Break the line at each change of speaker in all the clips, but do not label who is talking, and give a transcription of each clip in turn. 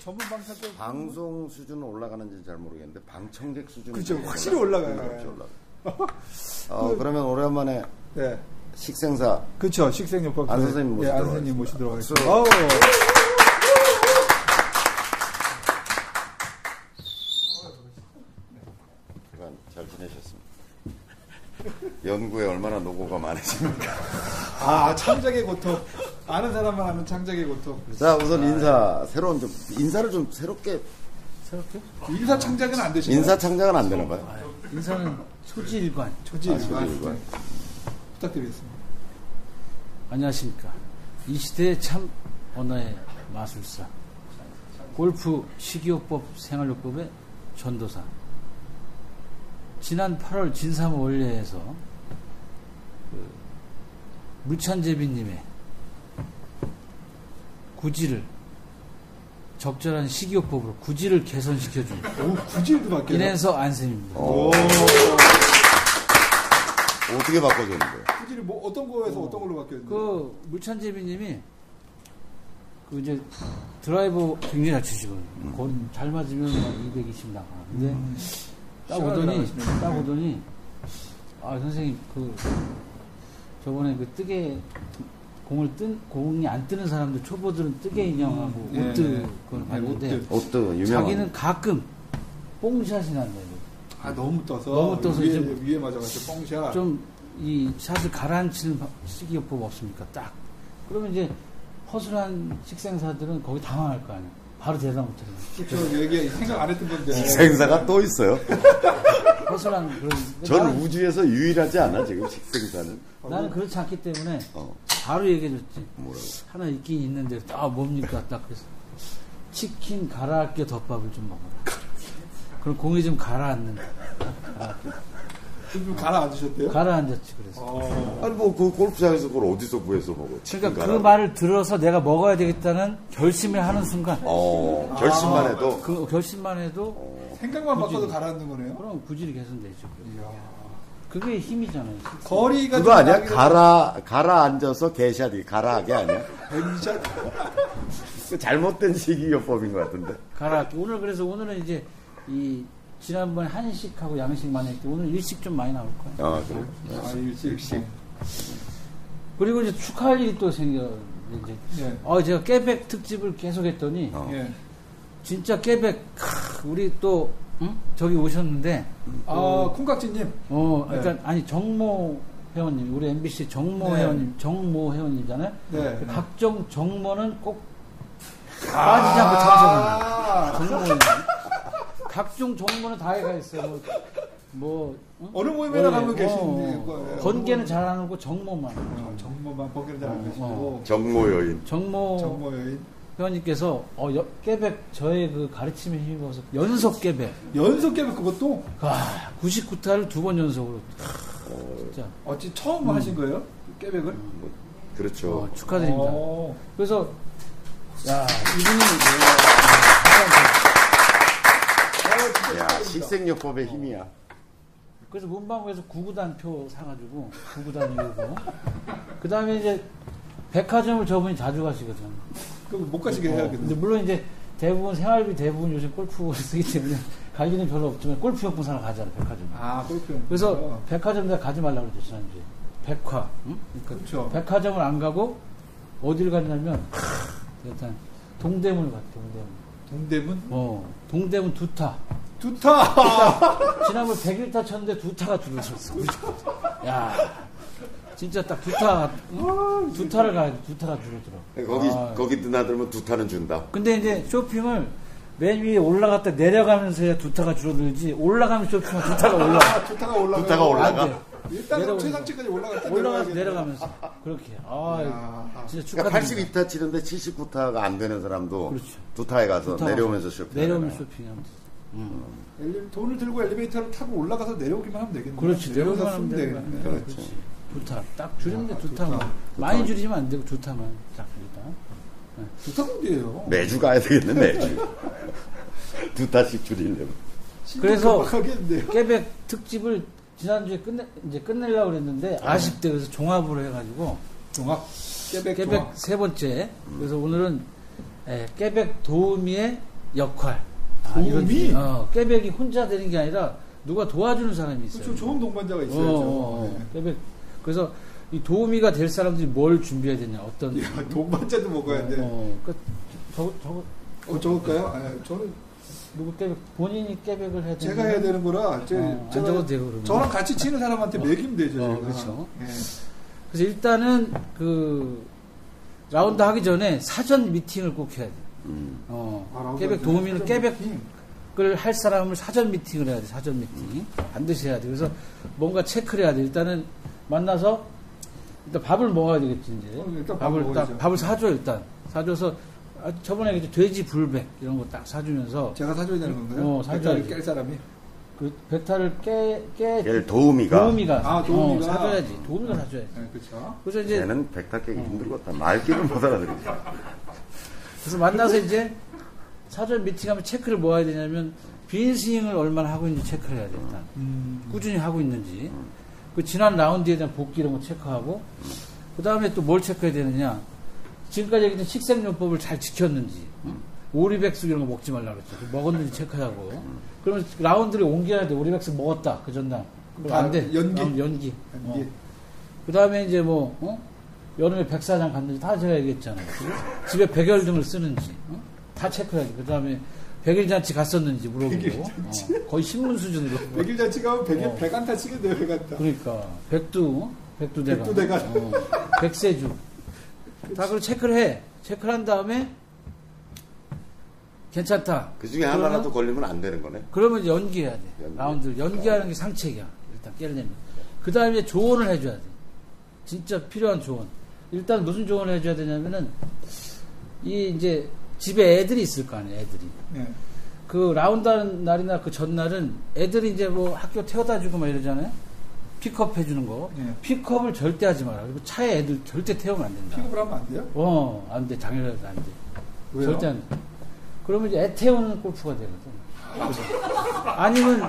섞여.
방송 수준은 올라가는지 잘 모르겠는데 방청객 수준은
그죠,
되게
확실히
올라가요.
올라가요.
그렇죠, 올라가요. 어, 그러면 오랜만에
네.
식생사
그렇죠. 식생요법.
안 선생님
예, 안
모시도록
선생님 모시도록
하겠습니다.
하겠습니다. 아우.
그간 잘 지내셨습니다. 연구에 얼마나 노고가 많으십니까?
아, 창작의 고통. 아는 사람만 하는 창작의 고통.
자, 우선 인사 새로운 좀 인사를 좀 새롭게
새롭게?
인사 창작은 안 되시나요?
인사 창작은 안 되나 봐요.
인사는 소지일관.
조지
아, 소지 일관.
부탁드리겠습니다.
안녕하십니까. 이 시대의 참 언어의 마술사. 골프 식이요법 생활요법의 전도사. 지난 8월 진삼 원례에서 그 물찬재비님의 구질을 적절한 식이요법으로 구질을 개선시켜준
오, 구질도 바뀌어요.
이래서 안쌤입니다.
어,
오.
어떻게 바꿔줬는데요?
구질이 뭐 어떤 거에서 어떤 걸로 바뀌었는데?
그 물찬재비님이 그 이제 드라이버 굉장히 잘
음.
치시거든요. 곧잘 맞으면 막 220 나가. 근데 딱
시원하게
오더니
나가시네요.
딱 오더니 아 선생님 그 저번에 그 뜨개 공을 뜬 공이 안 뜨는 사람들 초보들은 뜨개 인형하고
예,
옷뜨
예.
그걸
예,
봤는데
옷뜨.
옷도 유명한
자기는 가끔 뽕샷이 난다 이거.
아, 너무 떠서.
너무 떠서
위에,
이제
위에 맞아가지고 뻥샷.
좀이 샷을 가라앉히는 바- 식이요법 없습니까? 딱. 그러면 이제 허술한 식생사들은 거기 당황할 거 아니야. 바로 대답 못 해요.
그렇죠. 얘기 생각 안 했던 건데.
식생사가 또 있어요.
허술한 그런.
전
나는,
우주에서 유일하지 않아 지금 식생사는.
나는 그렇지 않기 때문에
어,
바로 얘기해줬지.
뭐라고?
하나 있긴 있는데, 아, 뭡니까? 딱 그래서. 치킨 가라아껴 덮밥을 좀 먹어라. 그럼 공이 좀 가라앉는다.
좀 가라앉으셨대요?
가라앉았지, 그래서.
어.
아니 뭐 그 골프장에서 그걸 어디서 구해서 먹어? 치킨
그러니까 그
가라.
말을 들어서 내가 먹어야 되겠다는 결심을 하는 순간,
어 결심만 해도
그 결심만 해도
생각만 바꿔도 가라앉는 거네요.
그럼 구질이 개선되죠.
이야.
그게 힘이잖아요.
거리가
그거
좀
아니야?
나기가-
가라 가라 앉아서 개샷이 가라하게 아니야?
뱀샷.
그 잘못된 식이요법인 것 같은데.
가라. 오늘 그래서 오늘은 이제 이 지난번에 한식하고 양식 많이 했기 오늘 일식 좀 많이 나올 거예요.
아 그래?
아, 일찍.
일찍.
그리고 이제 축하할 일이 또 생겨. 이제
예.
어 제가 깨백 특집을 계속 했더니
어.
예.
진짜 깨백 크, 우리 또 응? 저기 오셨는데
아, 콩깍지님.
어
네.
그러니까 아니 정모 회원님 우리 MBC 정모
네.
회원님 정모 회원님잖아요.
네. 아. 네.
각종 정모는 꼭 빠지지 않고 참석합니다.
아,
정모는 각종 정모는 다 해가 있어요. 뭐, 뭐 응?
어느 모임에나 가면
네,
계신
어,
거예요.
번개는 잘 안 하고 정모만.
어, 정모만 번개를
어,
잘안 계시고.
정모 여인.
정모
정모 여인.
회원님께서 어, 여- 깨백 저의 그 가르침에 힘입어서 연속 깨백
연속 깨면 그것도
아, 99타를 두 번 연속으로 크, 진짜
어찌 처음 하신 거예요? 깨백을?
그렇죠.
어, 축하드립니다.
어.
그래서 야 어, 이분이
아, 진짜
야
축하드립니다.
식생요법의 힘이야.
그래서 문방구에서 구구단표 사가지고 구구단 이고 그 다음에 이제 백화점을 저분이 자주 가시거든.
그럼 못 가시게
어, 근데
해야겠네.
물론 이제 대부분 생활비 대부분 요즘 골프를 쓰기 때문에 갈 일은 별로 없지만 골프 용품 사러 가잖아 백화점.
아, 그렇군요.
그래서 백화점 내가 가지 말라고 그랬죠 지난주에. 백화. 응? 그러니까
그렇죠.
백화점을 안 가고 어디를 갔냐면 일단 동대문을 갔 동대문.
동대문?
어 동대문 두타.
두타!
지난번 100일타 쳤는데 두타가 들어섰어. 야 진짜 딱 두타 응? 두타를 가야 돼. 두타가 줄어들어.
거기
아.
거기 드나들면 두 타는 준다.
근데 이제 쇼핑을 맨 위에 올라갔다 내려가면서 야 두타가 줄어들지 올라가면 쇼핑은 두타가 올라가
두타가 올라가.
두타가 올라가.
일단은
내려오는
최상치까지 올라갔다
올라가서
내려가야겠네.
내려가면서 그렇게 아
야.
진짜
그러니까
축하드립니다
82타 치는데 79타가 안 되는 사람도
그렇죠.
두 타에 가서
두타
내려오면서 음.
가서
쇼핑.
내려오면서 음. 쇼핑하면 돼
엘리- 돈을 들고 엘리베이터를 타고 올라가서 내려오기만 하면 되겠네.
그렇지
내려가서
내려오면
쓰면 되겠네.
되면
그렇지.
그렇지 두타 딱 줄이면 돼
아,
두타만
두타.
많이 줄이면 안 되고 두타만 그러니까. 딱 일단
두타 공비예요.
매주 가야 되겠네 매주. 두 타씩 줄이려면.
그래서-
하겠는데요.
깨백 특집을 지난주에 끝내 이제 끝내려고 그랬는데 아쉽대 그래서 종합으로 해가지고
종합 깨백
깨백
종합. 음.
세 번째. 그래서 오늘은 예, 깨백 도우미의 역할.
아, 도움이?
어, 깨백이 혼자 되는 게 아니라 누가 도와주는 사람이 있어요.
그렇죠. 좋은 동반자가
어,
있어야죠.
어,
네.
어. 깨백. 그래서 이 도우미가 될 사람들이 뭘 준비해야 되냐, 어떤.
네. 야, 동반자도 먹어야 돼. 어,
어, 그, 저, 저,
적을까요? 아, 저는
누구 깨백, 본인이 깨백을 해야 되는
제가 해야 되는 거라 제,
어, 안
제가
적어도 되고, 그러면.
저랑 같이 치는 사람한테 먹이면 되죠.
어,
제가.
그렇죠.
예.
그래서 일단은 그, 라운드 하기 전에 사전 미팅을 꼭 해야 돼.
음.
어,
아, 라운드
깨백
하기
도우미는
전에
깨백
사전 미팅.
그걸 할 사람을 사전 미팅을 해야 돼, 사전 미팅. 반드시 해야 돼. 그래서 뭔가 체크를 해야 돼. 일단은 만나서 일단 밥을 먹어야 되겠지, 이제.
어, 일단 밥
밥을,
먹어야죠.
딱, 밥을 사줘, 일단. 사줘서, 아, 저번에 이제 돼지 불백 이런 거 딱 사주면서
제가 사줘야 되는 건가요?
어, 사줘야지.
깰 사람이.
그 베타를 깨, 깨,
얘를 도우미가
도우미가,
아, 도우미가.
어, 사줘야지. 도우미가 사줘야지.
네, 그렇죠.
그래서 이제
얘는 백타 깨기 힘들겠다. 말귀를 못 알아들어.
그래서 만나서 이제 사전 미팅하면 체크를 뭐 해야 되냐면 빈 스윙을 얼마나 하고 있는지 체크를 해야 된다.
음.
꾸준히 하고 있는지. 그 지난 라운드에 대한 복귀 이런 거 체크하고 그 다음에 또 뭘 체크해야 되느냐. 지금까지 얘기했던 식생요법을 잘 지켰는지. 오리백숙 이런 거 먹지 말라 그랬죠. 그 먹었는지 체크하고. 그러면 라운드를 옮겨야 돼. 오리백숙 먹었다. 그 전날. 그럼 안 돼.
아, 연기.
라운드 연기. 어.
이게
그 다음에 이제 뭐, 어? 여름에 백사장 갔는지 다 제가 얘기했잖아요. 집에 백열등을 쓰는지, 어? 다 체크해야지. 그 다음에 백일잔치 갔었는지 물어보고. 어, 거의 신문 수준으로.
백일 자치가 백일
어.
백안타 치게 돼요, 백안타.
그러니까, 백두, 어? 백두대간.
백두대간.
어, 백세주. 다 그걸 체크를 해. 체크를 한 다음에, 괜찮다.
그 중에
그러면
하나라도 걸리면 안 되는 거네.
그러면 연기해야 돼.
연기.
라운드를. 연기하는 게 상책이야. 일단 깨려면. 그 다음에 조언을 해줘야 돼. 진짜 필요한 조언. 일단 무슨 조언을 해줘야 되냐면은, 이 이제 집에 애들이 있을 거 아니야, 애들이.
네.
그 라운드 하는 날이나 그 전날은 애들이 이제 뭐 학교 태워다 주고 막 이러잖아요? 픽업 해주는 거.
예.
픽업을 절대 하지 마라. 그리고 차에 애들 절대 태우면 안 된다.
픽업을 하면 안 돼요?
어, 안 돼. 당연하지, 안 돼.
왜요?
절대 안 돼. 그러면 이제 애 태우는 골프가 되거든. 그렇죠. 아니면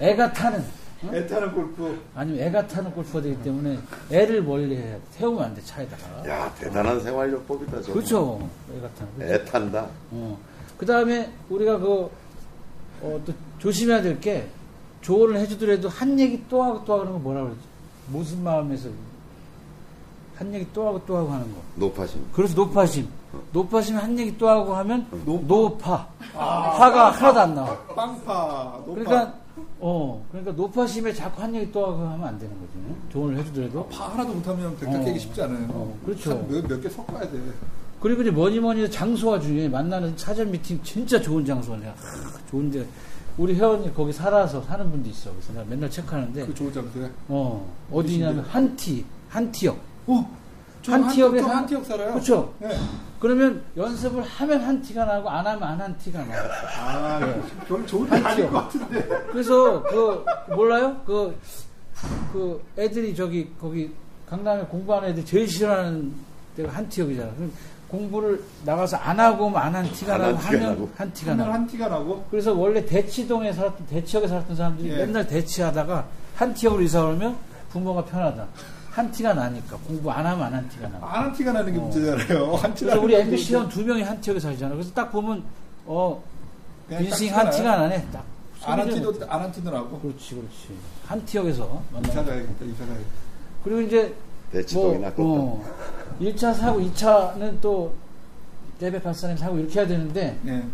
애가 타는, 응?
애타는 골프.
아니면 애가 타는 골프가 되기 때문에 애를 멀리 해야 돼. 태우면 안 돼, 차에다가.
야 대단한 생활요법이다. 저거.
그렇죠. 애가 타는. 거.
애 탄다.
어. 그 다음에 우리가 그, 어, 또 조심해야 될 게, 조언을 해주더라도 한 얘기 또 하고 또 하는 거 뭐라 그러지? 무슨 마음에서. 한 얘기 또 하고 또 하고 하는 거.
높아심.
그래서 높아심. 높아심 한 얘기 또 하고 하면 노파. 아. 화가 하나도 안 나와.
빵파. 노파.
그러니까 어 그러니까 높아심에 자꾸 한 얘기 또 하고 하면 안 되는 거죠. 조언을 해주더라도.
파 하나도 못하면 백타
어.
깨기 쉽지 않아요.
어, 그렇죠.
몇개 섞어야 돼.
그리고 이제 뭐니 뭐니 해도 장소와 중에 만나는 사전 미팅 진짜 좋은 장소네. 아, 좋은데 우리 회원이 거기 살아서 사는 분도 있어. 그래서 내가 맨날 체크하는데
그렇죠.
그 좋은 장소에.
어 어디냐면 한티 한티역.
어? 저
한 티역에
저
한-
한 티역 살아요?
그렇죠.
네.
그러면 연습을 하면 한 티가 나고 안 하면 안 한 티가 나.
아, 별로 좋은 데 아닐 것 같은데.
그래서 그 몰라요? 그, 그 애들이 저기 거기 강남에 공부하는 애들 제일 싫어하는 데가 한티역이잖아. 그럼 공부를 나가서 안 하고 안 한 티가
안
나고
한 티가
하면
나고.
한 티가
하면
나.
한 티가 나고.
그래서 원래 대치동에 살았던 대치역에 살았던 사람들이
예.
맨날 대치하다가 한티역으로 이사 오면 부모가 편하다. 한 티가 나니까 공부 안 하면 안 한 티가 나.
안 한 티가 나는 게 문제잖아요. 한 티가
어. 그래서 우리
나는 게 문제.
MBC 회원 두 명이 한티역에 살잖아. 그래서 딱 보면 어
그냥 네, 딱
인생
티가
한 티가
나요?
나네. 딱
안 한
소리를 못
티도, 안 한 티도 나고.
그렇지, 그렇지. 한 티역에서
이사
만나.
가야겠다, 이사 가야겠다.
그리고 이제
대치동이나
뭐, 어, 1차 사고, 2차는 또 깨백할 사람이 사고 이렇게 해야 되는데
네.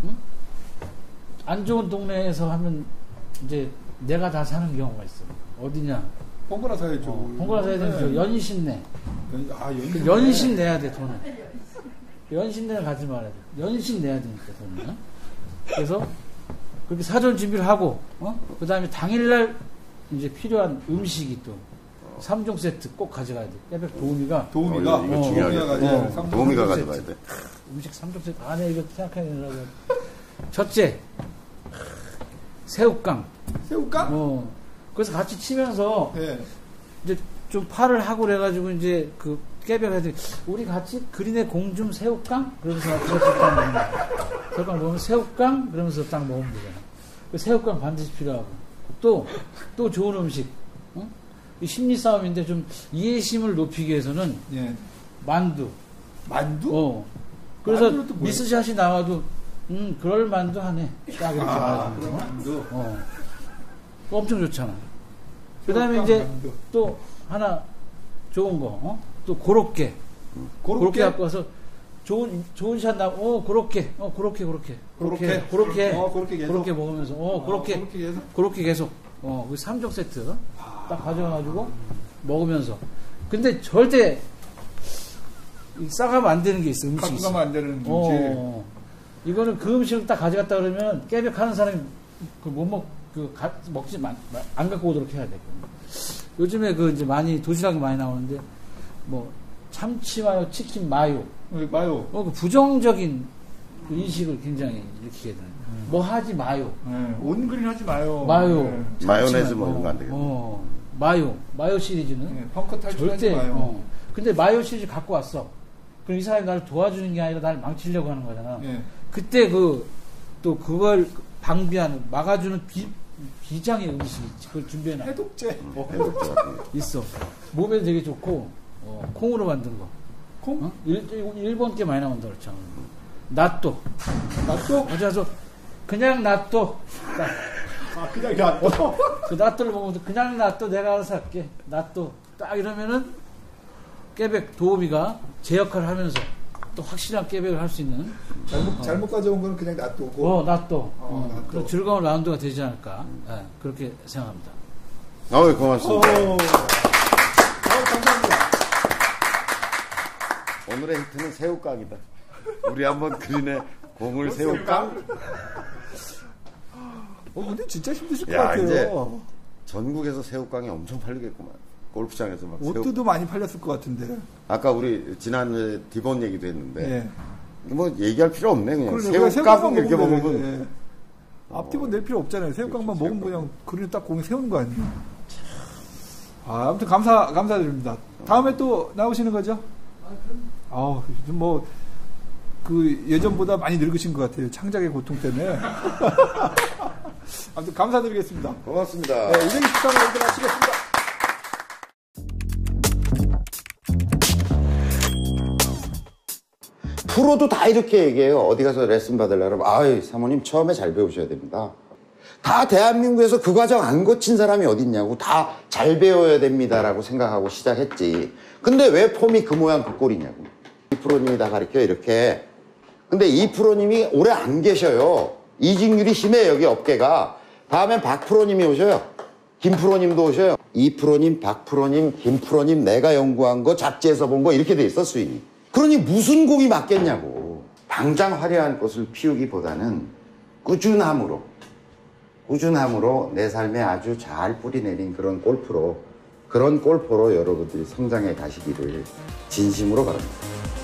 안 좋은 동네에서 하면 이제 내가 다 사는 경우가 있어. 어디냐?
번갈아 사야죠.
어, 번갈아 사야 되는 저 연신내.
연, 아,
그
연.
연신 내야 돼 돈을. 연신내는 가지 말아야 돼. 연신 내야 되니까 돈을. 어? 그래서 그렇게 사전 준비를 하고 그 다음에 당일날 이제 필요한 음식이 또 3종 세트 꼭 가져가야 돼. 깨백 도우미가
도우미가.
어, 이거
어,
중요하겠다.
도우미가 네. 가져야
어.
돼. 삼-
도우미가
삼겹살
가져가야 돼.
음식 삼겹살 안에 이거 생각해내라고 첫째 새우깡
새우깡?
어 그래서 같이 치면서
네.
이제 좀 팔을 하고 그래가지고 이제 그 깨벽애들이 우리 같이 그린의 공중 새우깡 그러면서 딱 그래서 딱 먹는 거야. 새우깡 먹으면 새우깡 그러면서 딱 먹으면 되잖아 그 새우깡 반드시 필요하고 또 또 좋은 음식 어? 이 심리 싸움인데 좀 이해심을 높이기 위해서는
예.
만두
만두?
어. 그래서
만두는 또 뭐예요?
미스샷이 나와도 음, 그럴 만도 하네. 딱 이렇게
아,
와가지고.
그럼 안도.
어. 그거 엄청 좋잖아. 그 다음에 이제 또 하나 좋은 거, 어? 또 고로케. 고로케 갖고 와서 좋은, 좋은 샷 나, 오, 고로케. 어, 고로케, 고로케. 고로케.
고로케.
고로케.
어, 고로케 계속.
고로케 먹으면서, 어, 고로케.
그렇게 계속.
그렇게 계속 어, 그 3종 세트
아,
딱 가져와가지고 먹으면서 근데 절대 이 싸가면 안 되는 게 있어 음식이
갖고
있어
가면 안 되는
어,
문제.
어. 이거는 그 음식을 딱 가져갔다 그러면 깨벽하는 사람이 그못먹그 먹지 마- 마- 안 갖고 오도록 해야 돼 요즘에 그 이제 많이 도시락이 많이 나오는데 뭐 참치 마요 치킨 마요
어, 마요.
어, 그 부정적인 그 인식을 굉장히 일으키게 되는
음.
뭐 하지 마요
네, 온그린 하지 마요.
마요.
네.
마요네즈
참치만,
먹으면 안 되겠네.
어, 마요. 마요 시리즈는
네, 펑크 탈출하지
절대.
마요.
어. 근데 마요 시리즈 갖고 왔어. 그럼 이 사람이 나를 도와주는 게 아니라 나를 망치려고 하는 거잖아.
네.
그때 그 또 그걸 방비하는 막아주는 비, 비장의 음식 그걸 준비해놔
해독제. 뭐,
어, 해독제 같은 거.
있어. 몸에 되게 좋고 어, 콩으로 만든 거.
콩?
어? 일, 일본 게 많이 나온다 그랬잖아. 낫또.
낫또?
어디 가서 그냥 낫또.
아, 그냥 낫또.
그 낫또를 보면서 그냥 낫또 내가 알아서 할게. 낫또. 딱 이러면은 깨백 도우미가 제 역할을 하면서 또 확실한 깨백을 할 수 있는
잘못, 잘못 가져온 거는 그냥 낫또고.
어, 낫또. 어,
낫또.
그런 즐거운 라운드가 되지 않을까. 예, 그렇게 생각합니다.
아유,
오. 어,
고맙습니다.
감사합니다.
오늘의 히트는 새우깡이다. 우리 한번 그린에
뭐,
공을 새우깡?
어, 근데 진짜 힘드실 것
야,
같아요.
이제 전국에서 새우깡이 엄청 팔리겠구만. 골프장에서 막 새우.
옷도 많이 팔렸을 것 같은데.
아까 우리 지난주에 디본 얘기도 했는데
예.
뭐 얘기할 필요 없네 그냥
그러네, 그냥
새우깡 이렇게
먹으면
먹으면
되는데, 예. 앞뒤본 낼 필요 없잖아요. 새우깡만
그렇죠,
먹으면
새우깡.
그냥 그릇에 딱 공이 세우는 거 아니에요. 아, 아무튼 감사 감사드립니다. 다음에 또 나오시는 거죠? 아, 아우 요즘 뭐 그 예전보다 많이 늙으신 것 같아요. 창작의 고통 때문에. 아무튼 감사드리겠습니다.
고맙습니다.
네, 우리 식당을 여기서 마치겠습니다.
프로도 다 이렇게 얘기해요. 어디 가서 레슨 받으려면 아유 사모님 처음에 잘 배우셔야 됩니다. 다 대한민국에서 그 과정 안 거친 사람이 어딨냐고 다 잘 배워야 됩니다라고 생각하고 시작했지. 근데 왜 폼이 그 모양 그 꼴이냐고. 이 프로님이 다 가르쳐 이렇게. 근데 이 프로님이 오래 안 계셔요. 이직률이 심해 여기 업계가. 다음엔 박 프로님이 오셔요. 김 프로님도 오셔요. 이 프로님, 박 프로님, 김 프로님 내가 연구한 거 잡지에서 본 거 이렇게 돼 있어 수인이. 그러니 무슨 곡이 맞겠냐고. 당장 화려한 것을 피우기보다는 꾸준함으로 꾸준함으로 내 삶에 아주 잘 뿌리내린 그런 골프로 그런 골프로 여러분들이 성장해 가시기를 진심으로 바랍니다.